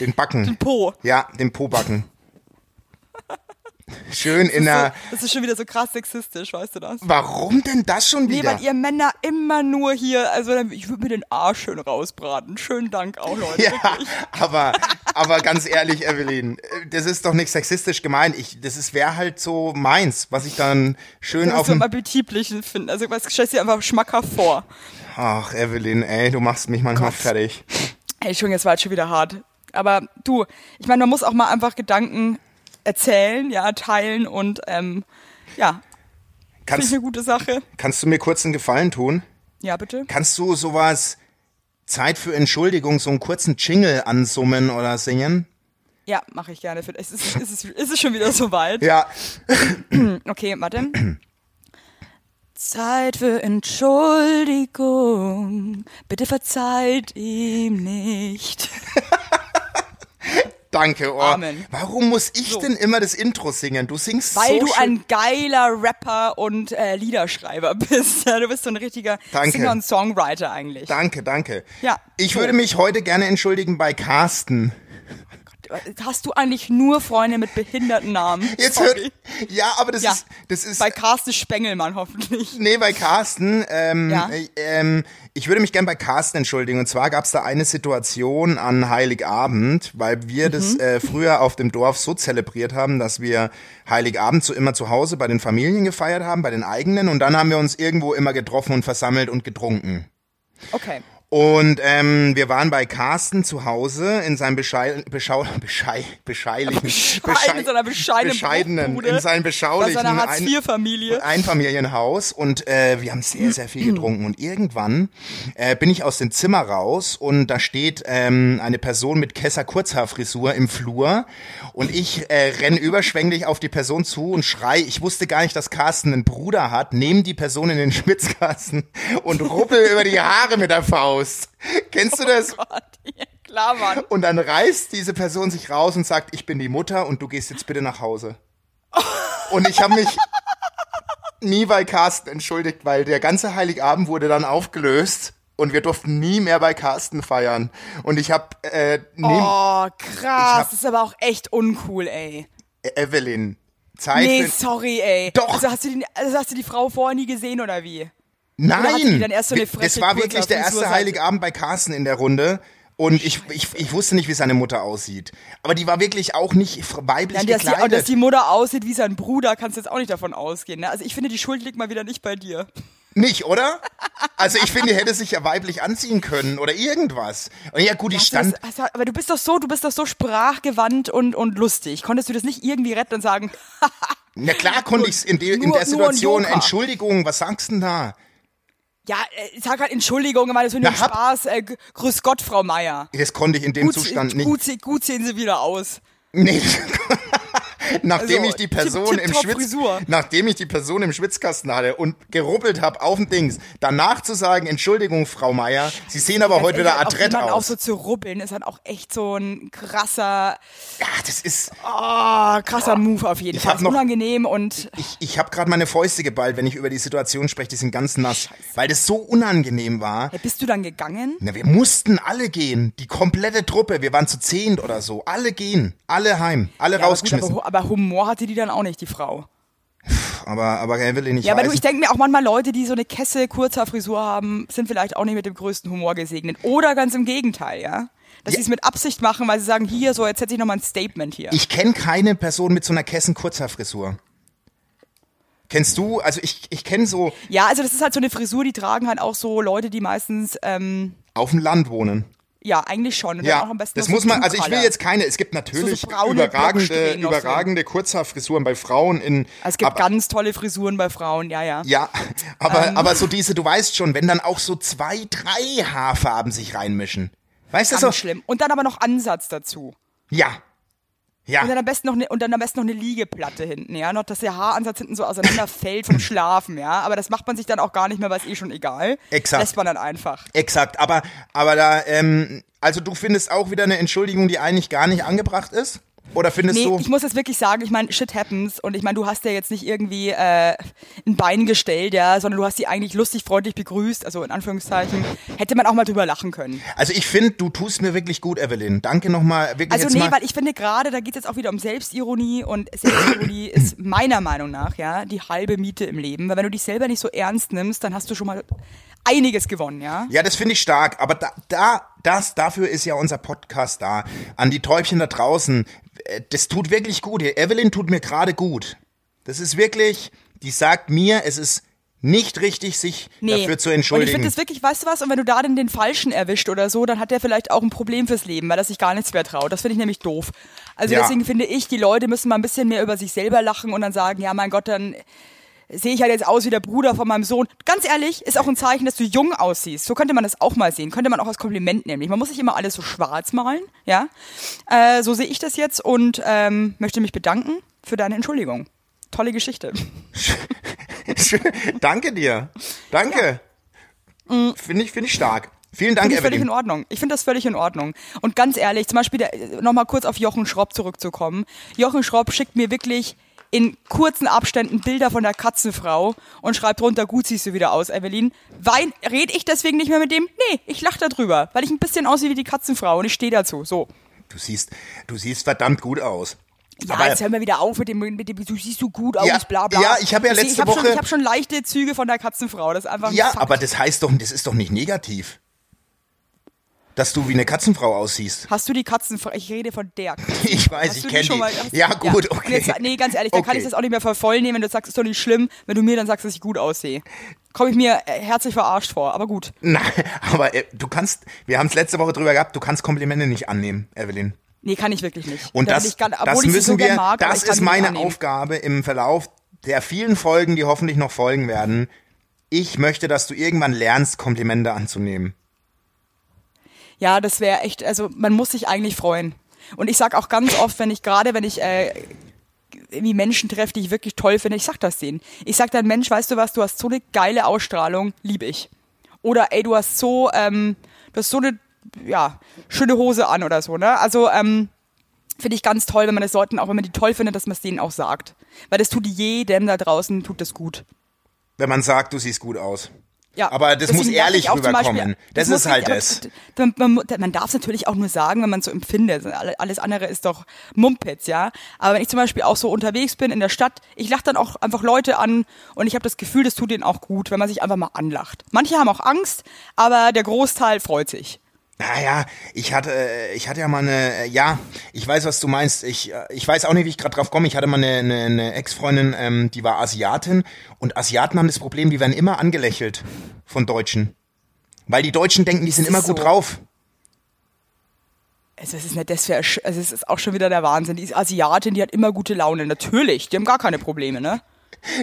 Den Backen. Den Po. Ja, den Po backen. Schön in der. Das ist schon wieder so krass sexistisch, weißt du das? Warum denn das schon Nee, wieder? weil ihr Männer immer nur hier, also dann- ich würde mir den Arsch schön rausbraten. Schönen Dank auch, Leute. Ja, aber, aber ganz ehrlich, Evelyn, äh, das ist doch nicht sexistisch gemeint. Ich, das ist wäre halt so meins, was ich dann schön Was auf wir am dem. appetitlichen finden. Also was stellst du dir einfach schmackhaft vor? Ach, Evelyn, ey, du machst mich manchmal fertig. Ey, Entschuldigung, jetzt war halt schon wieder hart. Aber du, ich meine, man muss auch mal einfach Gedanken erzählen, ja, teilen und ähm, ja, finde ich Kannst, eine gute Sache. kannst du mir kurz einen Gefallen tun? Ja, bitte. Kannst du sowas Zeit für Entschuldigung, so einen kurzen Jingle ansummen oder singen? Ja, mache ich gerne. Es ist, es ist, es ist schon wieder soweit. Ja. Okay, warte. Zeit für Entschuldigung. Bitte verzeiht ihm nicht. Danke, oh. Amen. Warum muss ich denn immer das Intro singen? Du singst Weil so du schön. ein geiler Rapper und äh, Liederschreiber bist. Ja, du bist so ein richtiger Danke. Singer und Songwriter eigentlich. Danke, danke. Ja, Ich so. würde mich heute gerne entschuldigen bei Carsten. Hast du eigentlich nur Freunde mit behinderten Namen? Jetzt Sorry. hört. Ja, aber das Ja. ist das ist Bei Carsten Spengelmann hoffentlich. Nee, bei Carsten. Ähm, Ja. äh, ähm, ich würde mich gern bei Carsten entschuldigen. Und zwar gab es da eine Situation an Heiligabend, weil wir Mhm. das äh, früher auf dem Dorf so zelebriert haben, dass wir Heiligabend so immer zu Hause bei den Familien gefeiert haben, bei den eigenen. Und dann haben wir uns irgendwo immer getroffen und versammelt und getrunken. Okay. Und ähm, wir waren bei Carsten zu Hause in seinem beschei beschau beschei bescheiligen, Bescheiden, in seiner bescheidenen bescheidenen Bruchbude, in seinem Bei beschaulichen seiner Ein- Hartz-IV-Familie. Einfamilienhaus und äh, wir haben sehr, sehr viel getrunken. Und irgendwann äh, bin ich aus dem Zimmer raus und da steht ähm, eine Person mit Kessa-Kurzhaarfrisur im Flur und ich äh, renn überschwänglich auf die Person zu und schrei, ich wusste gar nicht, dass Carsten einen Bruder hat, nehme die Person in den Schwitzkasten und ruppel über die Haare mit der Faust. Kennst du das? Gott, ja, klar, Mann. Und dann reißt diese Person sich raus und sagt, ich bin die Mutter und du gehst jetzt bitte nach Hause. Und ich habe mich nie bei Carsten entschuldigt, weil der ganze Heiligabend wurde dann aufgelöst und wir durften nie mehr bei Carsten feiern. Und ich habe äh, neben Oh, krass. hab- das ist aber auch echt uncool, ey. Evelyn Zeit. nee, für- sorry, ey. Doch. Also hast, du den, also hast du die Frau vorher nie gesehen oder wie? Oder hat die Nein, dann erst so eine Wir- das freche war wirklich der Kurzhaarfrisur erste seit- Heiligabend bei Carsten in der Runde. Und ich, ich, ich wusste nicht, wie seine Mutter aussieht. Aber die war wirklich auch nicht weiblich Nein, dass die, gekleidet. dass die Mutter aussieht wie sein Bruder, kannst du jetzt auch nicht davon ausgehen. Ne? Also ich finde, die Schuld liegt mal wieder nicht bei dir. Nicht, oder? Also ich finde, die hätte sich ja weiblich anziehen können oder irgendwas. Und ja gut, ich Hast du das, stand. hast, du- aber du bist doch so, du bist doch so sprachgewandt und, und lustig. Konntest du das nicht irgendwie retten und sagen, Na klar konnte ich es in, de, in nur- der nur ein Situation. Joker. Entschuldigung, was sagst denn da? ja, äh, sag halt Entschuldigung, war das für den Na, hab- Spaß. Äh, g- grüß Gott, Frau Meier. Das konnte ich in dem Gut, äh, Zustand gut, nicht. se- gut sehen sie wieder aus. Nee. nachdem Also, ich die Person tip- im tipptopp Schwitz, Frisur. nachdem ich die Person im Schwitzkasten hatte und geruppelt habe auf den Dings, danach zu sagen, Entschuldigung, Frau Meier, Sie sehen aber heute wieder Ganz ehrlich, adrett auch jemanden auch aus. so zu rubbeln, ist halt auch echt so ein krasser, ja, das ist. oh, krasser Move auf jeden Ich Fall. hab Ist noch- unangenehm und Ich, ich habe gerade meine Fäuste geballt, wenn ich über die Situation spreche. Die sind ganz nass, weil das so unangenehm war. ja, bist du dann gegangen? Na, wir mussten alle gehen. Die komplette Truppe. Wir waren zu zehn oder so. Alle gehen. Alle heim. Alle Ja, aber, gut, rausgeschmissen. aber, aber Humor hatte die dann auch nicht, die Frau. aber, aber Evelyn, ich Ja, aber weiß. du, ich denke mir auch manchmal Leute, die so eine Kesse kurzer Frisur haben, sind vielleicht auch nicht mit dem größten Humor gesegnet. Oder ganz im Gegenteil, ja. Dass Ja. sie es mit Absicht machen, weil sie sagen, hier, so, jetzt hätte ich nochmal ein Statement hier. ich kenne keine Person mit so einer Kessen-Kurzhaarfrisur. Kennst du? Also ich, ich kenne so ja, also das ist halt so eine Frisur, die tragen halt auch so Leute, die meistens, ähm, auf dem Land wohnen. ja, eigentlich schon. Und dann auch Ja, am besten das noch so muss man, also ich will Two-Color. jetzt keine, es gibt natürlich So- so braune überragende, Blocksträhnen noch drin. überragende Kurzhaarfrisuren bei Frauen in, Also es gibt aber- ganz tolle Frisuren bei Frauen, ja, ja. Ja, aber, Ähm. aber so diese, du weißt schon, wenn dann auch so zwei, drei Haarfarben sich reinmischen. Weißt du Ganz so? schlimm. Und dann aber noch Ansatz dazu. Ja. Ja. Und dann am besten noch eine, und dann am besten noch eine Liegeplatte hinten, ja. Noch, dass der Haaransatz hinten so auseinanderfällt vom Schlafen, ja. Aber das macht man sich dann auch gar nicht mehr, weil es eh schon egal. Exakt. Äh, Lässt man dann einfach. Exakt, aber, aber da, ähm, also du findest auch wieder eine Entschuldigung, die eigentlich gar nicht angebracht ist? Oder findest Nee, du. ich muss jetzt wirklich sagen, ich meine, shit happens und ich meine, du hast ja jetzt nicht irgendwie äh, ein Bein gestellt, ja, sondern du hast sie eigentlich lustig, freundlich begrüßt, also in Anführungszeichen. Hätte man auch mal drüber lachen können. Also ich finde, du tust mir wirklich gut, Evelyn. Danke nochmal. Wirklich Also jetzt nee, mal. weil ich finde gerade, da geht es jetzt auch wieder um Selbstironie und Selbstironie ist meiner Meinung nach ja die halbe Miete im Leben, weil wenn du dich selber nicht so ernst nimmst, dann hast du schon mal einiges gewonnen, ja. Ja, das finde ich stark, aber da, da, das, dafür ist ja unser Podcast da. An die Täubchen da draußen, äh, das tut wirklich gut. Hier, Evelyn tut mir gerade gut. Das ist wirklich, die sagt mir, es ist nicht richtig, sich Nee. dafür zu Und ich entschuldigen. finde das wirklich, weißt du was, und wenn du da denn den Falschen erwischt oder so, dann hat der vielleicht auch ein Problem fürs Leben, weil er sich gar nichts mehr traut. Das finde ich nämlich doof. Also Ja. deswegen finde ich, die Leute müssen mal ein bisschen mehr über sich selber lachen und dann sagen, ja mein Gott, dann sehe ich halt jetzt aus wie der Bruder von meinem Sohn. Ganz ehrlich, ist auch ein Zeichen, dass du jung aussiehst. So könnte man das auch mal sehen. Könnte man auch als Kompliment nämlich. Man muss nicht immer alles so schwarz malen, ja. Äh, so sehe ich das jetzt und ähm, möchte mich bedanken für deine Entschuldigung. Tolle Geschichte. Danke dir. Danke. Hm. Finde ich, finde ich stark. Vielen Dank, Finde ich völlig Evelyn. in Ordnung. Ich finde das völlig in Ordnung. Und ganz ehrlich, zum Beispiel nochmal kurz auf Jochen Schropp zurückzukommen. Jochen Schropp schickt mir wirklich in kurzen Abständen Bilder von der Katzenfrau und schreibt drunter, gut siehst du wieder aus, Evelyn. Wein, red ich deswegen nicht mehr mit dem? Nee, ich lache darüber, weil ich ein bisschen aussehe wie die Katzenfrau und ich stehe dazu. So. Du siehst, du siehst verdammt gut aus. Ja, Aber- jetzt hören wir wieder auf mit dem, mit dem, du siehst so gut aus, Ja, bla bla. ja, ich habe ja seh- letzte hab Woche- Schon, ich habe schon leichte Züge von der Katzenfrau, das ist einfach ein Ja, Fakt. aber das heißt doch, das ist doch nicht negativ. Dass du wie eine Katzenfrau aussiehst. Hast du die Katzenfrau? Ich rede von der Ich weiß, Hast ich du die kenne die. schon mal- hast- ja, gut, Und okay. Jetzt, nee, ganz ehrlich, dann kann Okay. ich das auch nicht mehr voll voll nehmen, wenn du sagst, ist doch nicht schlimm, wenn du mir dann sagst, dass ich gut aussehe. Komme ich mir äh, herzlich verarscht vor, aber gut. Nein, aber äh, du kannst, wir haben es letzte Woche drüber gehabt, du kannst Komplimente nicht annehmen, Evelyn. Nee, kann ich wirklich nicht. Und Da das, bin ich gar- obwohl das ich sie müssen so gern wir, mag, aber das ich kann ist sie nicht meine annehmen. Aufgabe im Verlauf der vielen Folgen, die hoffentlich noch folgen werden. Ich möchte, dass du irgendwann lernst, Komplimente anzunehmen. Ja, das wäre echt, also man muss sich eigentlich freuen. Und ich sag auch ganz oft, wenn ich gerade, wenn ich äh, irgendwie Menschen treffe, die ich wirklich toll finde, ich sag das denen. Ich sag dann, Mensch, weißt du was, du hast so eine geile Ausstrahlung, lieb ich. Oder ey, du hast so, ähm, du hast so eine, ja, schöne Hose an oder so, ne? Also, ähm, finde ich ganz toll, wenn man das Leuten, auch wenn man die toll findet, dass man es denen auch sagt. Weil das tut jedem da draußen, tut das gut. Wenn man sagt, du siehst gut aus. Ja, Aber das muss deswegen darf ehrlich ich auch zum rüberkommen. Das muss ist halt aber es. Man, man, mu- man darf es natürlich auch nur sagen, wenn man so empfindet. Also Alle- Alles andere ist doch Mumpitz, ja. Aber wenn ich zum Beispiel auch so unterwegs bin in der Stadt, ich lache dann auch einfach Leute an und ich habe das Gefühl, das tut denen auch gut, wenn man sich einfach mal anlacht. Manche haben auch Angst, aber der Großteil freut sich. Naja, ich hatte, äh, ich hatte ja mal eine, äh, ja, ich weiß, was du meinst. Ich, äh, ich weiß auch nicht, wie ich gerade drauf komme. Ich hatte mal eine, eine, eine Ex-Freundin, ähm, die war Asiatin und Asiaten haben das Problem, die werden immer angelächelt von Deutschen. Weil die Deutschen denken, die sind ist immer gut so. drauf. Also es ist nicht das für, also es ist auch schon wieder der Wahnsinn. Die Asiatin, die hat immer gute Laune, natürlich. Die haben gar keine Probleme, ne?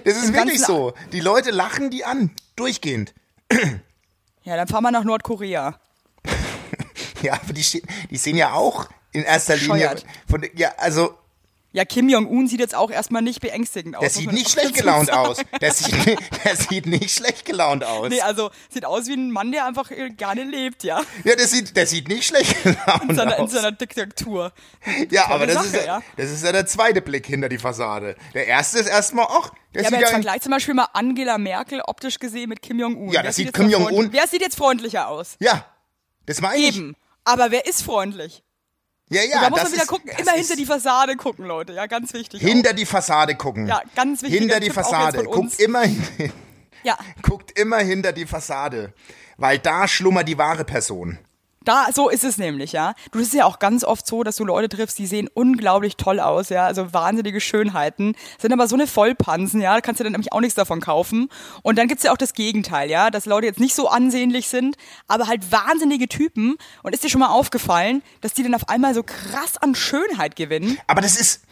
Das ist Im wirklich ganzen- so. Die Leute lachen die an, durchgehend. Ja, dann fahren wir nach Nordkorea. Ja, aber die, stehen- die sehen ja auch in erster Linie Bescheuert. von, ja, also Ja, Kim Jong-un sieht jetzt auch erstmal nicht beängstigend aus. der muss sieht man nicht auch schlecht dazu gelaunt sagen. aus. Der sieht, der sieht nicht schlecht gelaunt aus. Nee, also sieht aus wie ein Mann, der einfach äh, gerne lebt, ja. Ja, der sieht, der sieht nicht schlecht gelaunt In seiner, in aus. seiner Diktatur. Ja, aber das, Sache, ist ja, ja. das ist ja der zweite Blick hinter die Fassade. Der erste ist erstmal, ach, der Ja, aber sieht jetzt ja, vergleich zum Beispiel mal Angela Merkel optisch gesehen mit Kim Jong-un. Ja, Wer das sieht jetzt Kim noch Jong-un- freundlich- Wer sieht jetzt freundlicher aus? ja, das meine ich. Eben. Aber wer ist freundlich? Ja, ja, da muss das man wieder ist, gucken, das immer ist hinter die Fassade gucken, Leute. Ja, ganz wichtig. auch. hinter die Fassade gucken. Ja, ganz wichtiger Hinter die Tipp auch jetzt Fassade. von uns. Guckt immer, hin- ja, guckt immer hinter die Fassade, weil da schlummert die wahre Person. da, so ist es nämlich, ja. Du das ist ja auch ganz oft so, dass du Leute triffst, die sehen unglaublich toll aus, ja. Also wahnsinnige Schönheiten. Sind aber so eine Vollpansen, ja. Da kannst du dann nämlich auch nichts davon kaufen. Und dann gibt's ja auch das Gegenteil, ja. Dass Leute jetzt nicht so ansehnlich sind, aber halt wahnsinnige Typen. Und ist dir schon mal aufgefallen, dass die dann auf einmal so krass an Schönheit gewinnen? Aber das ist,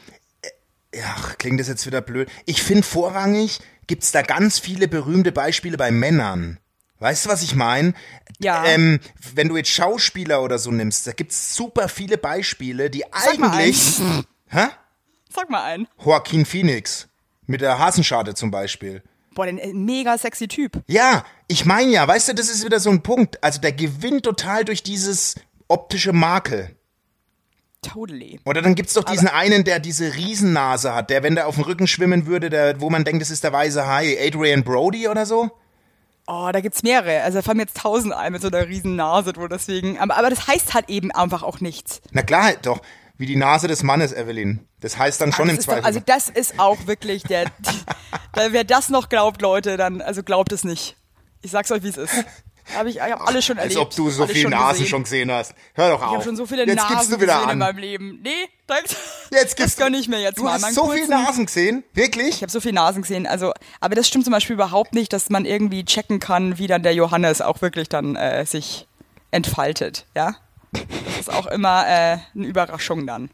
äh, ja, klingt das jetzt wieder blöd. Ich finde vorrangig gibt's da ganz viele berühmte Beispiele bei Männern. Weißt du, was ich meine? Ja. Ähm, wenn du jetzt Schauspieler oder so nimmst, da gibt's super viele Beispiele, die mal eigentlich. Hä? Sag mal einen. Joaquin Phoenix. Mit der Hasenscharte zum Beispiel. Boah, den äh, mega sexy Typ. Ja, ich meine ja, weißt du, das ist wieder so ein Punkt. Also der gewinnt total durch dieses optische Makel. Totally. Oder dann gibt's doch diesen einen, der diese Riesennase hat, der, wenn der auf dem Rücken schwimmen würde, der, wo man denkt, das ist der weiße Hai, Adrian Brody oder so. Oh, da gibt's mehrere. Also da fallen mir jetzt tausend ein mit so einer riesen Nase, wo deswegen. Aber, aber das heißt halt eben einfach auch nichts. Na klar, halt doch, wie die Nase des Mannes, Evelyn. Das heißt dann schon das im ist Zweifel. Doch, also das ist auch wirklich der. da, wer das noch glaubt, Leute, dann also glaubt es nicht. Ich sag's euch, wie es ist. Habe ich, ich hab alles schon als erlebt. ob du so alles viele schon Nasen gesehen. schon gesehen hast. Hör doch auf. Ich habe schon so viele Jetzt Nasen gibst du wieder gesehen in an. meinem Leben. Nee, danke. Jetzt das gibst gönn ich mir jetzt du mal. hast Meinen so viele kurzen- Nasen gesehen? Wirklich? Ich habe so viele Nasen gesehen. Also, aber das stimmt zum Beispiel überhaupt nicht, dass man irgendwie checken kann, wie dann der Johannes auch wirklich dann äh, sich entfaltet. Ja, das ist auch immer äh, eine Überraschung dann.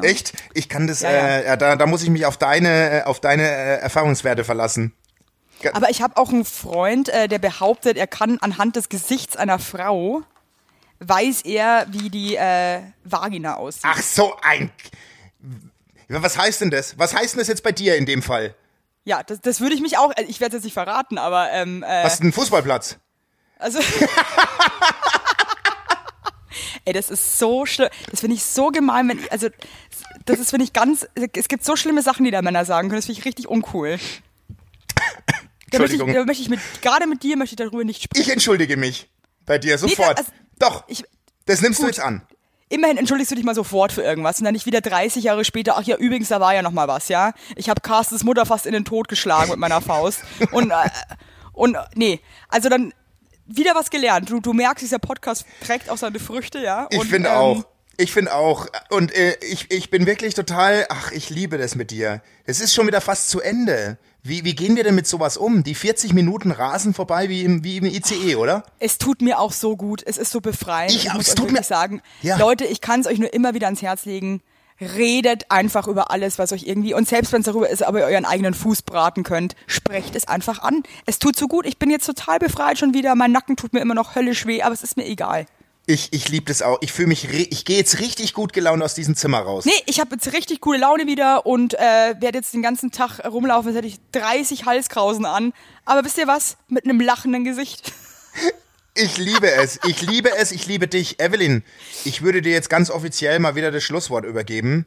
Echt? Ich kann das, Ja, ja. Äh, ja, da, da muss ich mich auf deine, äh, auf deine äh, Erfahrungswerte verlassen. Aber ich habe auch einen Freund, äh, der behauptet, er kann anhand des Gesichts einer Frau weiß er, wie die äh, Vagina aussieht. Ach so, ein. Ja, Was heißt denn das? Was heißt denn das jetzt bei dir in dem Fall? Ja, das, das würde ich mich auch. äh, Ich werde jetzt nicht verraten, aber ähm, äh, Hast du einen Fußballplatz? Also. Ey, das ist so schlimm. Das finde ich so gemein, wenn ich, also das ist finde ich ganz es gibt so schlimme Sachen, die da Männer sagen können, das finde ich richtig uncool. Da möchte ich, Entschuldigung. da möchte ich mit gerade mit dir möchte ich darüber nicht sprechen. Ich entschuldige mich bei dir sofort. also- Doch, Ich das nimmst du gut. jetzt an. immerhin entschuldigst du dich mal sofort für irgendwas und dann nicht wieder 30 Jahre später, ach ja, übrigens da war ja noch mal was, ja? Ich habe Carstens Mutter fast in den Tod geschlagen mit meiner Faust und äh, und äh, nee, also dann wieder was gelernt. Du, du merkst, dieser Podcast trägt auch seine Früchte, ja? Ich Und, finde ähm, auch. Ich finde auch. Und äh, ich, ich bin wirklich total. Ach, ich liebe das mit dir. Es ist schon wieder fast zu Ende. Wie, wie gehen wir denn mit sowas um? Die 40 Minuten rasen vorbei wie im, wie im ICE, oder? Es tut mir auch so gut. Es ist so befreiend. Ich- Ich, muss es euch tut mir- wirklich sagen, Ja. Leute, ich kann es euch nur immer wieder ans Herz legen. Redet einfach über alles, was euch irgendwie, und selbst wenn es darüber ist, aber ihr euren eigenen Fuß braten könnt, sprecht es einfach an. Es tut so gut. Ich bin jetzt total befreit schon wieder. Mein Nacken tut mir immer noch höllisch weh, aber es ist mir egal. Ich, ich liebe das auch. Ich fühle mich. ri- Ich gehe jetzt richtig gut gelaunt aus diesem Zimmer raus. Nee, ich habe jetzt richtig coole Laune wieder und äh, werde jetzt den ganzen Tag rumlaufen, als hätte ich 30 Halskrausen an. Aber wisst ihr was? Mit einem lachenden Gesicht. Ich liebe es. Ich liebe es. Ich liebe dich. Evelyn, ich würde dir jetzt ganz offiziell mal wieder das Schlusswort übergeben.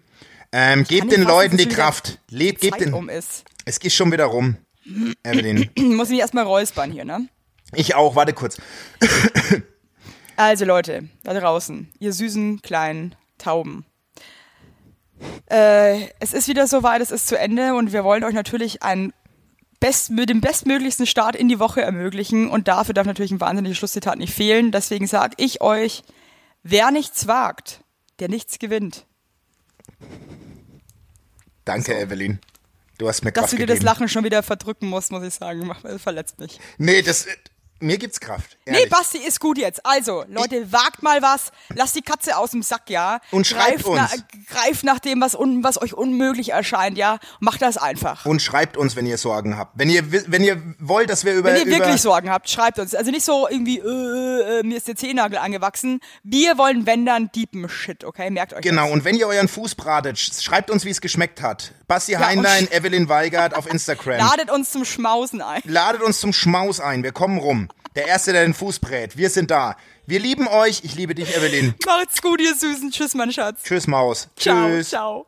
Ähm, kann gebt nicht den fassen, dass Leuten die schon wieder Kraft. Leb, gebt Zeit den. um ist. Es geht schon wieder rum. Evelyn. Muss ich mich erstmal räuspern hier, ne? Ich auch. Warte kurz. Also Leute, da draußen, ihr süßen kleinen Tauben. Äh, es ist wieder soweit, es ist zu Ende und wir wollen euch natürlich einen best, mit dem bestmöglichsten Start in die Woche ermöglichen und dafür darf natürlich ein wahnsinniges Schlusszitat nicht fehlen. Deswegen sage ich euch, wer nichts wagt, der nichts gewinnt. Danke, Evelyn. Du hast mir Dass Kraft du dir das gegeben. Lachen schon wieder verdrücken musst, muss ich sagen, macht- verletzt mich. Nee, das. Mir gibt's Kraft. Nee, Ehrlich. Basti ist gut jetzt. Also, Leute, wagt mal was. Lasst die Katze aus dem Sack, ja. Und schreibt greift na- uns. greift nach dem, was, un, was euch unmöglich erscheint, ja. Macht das einfach. Und schreibt uns, wenn ihr Sorgen habt. Wenn ihr, wi- wenn ihr wollt, dass wir über. Wenn ihr über wirklich Sorgen habt, schreibt uns. Also nicht so irgendwie, äh, äh, mir ist der Zehennagel angewachsen. Wir wollen, wenn dann, diepen Shit, okay? Merkt euch Genau, das. und wenn ihr euren Fuß bratet, sch- schreibt uns, wie es geschmeckt hat. Basti und- Heinlein, Evelyn Weigert auf Instagram. Ladet uns zum Schmausen ein. Ladet uns zum Schmaus ein. Wir kommen rum. Der Erste, der den Fuß brät. Wir sind da. Wir lieben euch. Ich liebe dich, Evelyn. Macht's gut, ihr Süßen. Tschüss, mein Schatz. Tschüss, Maus. Ciao, Tschüss. ciao.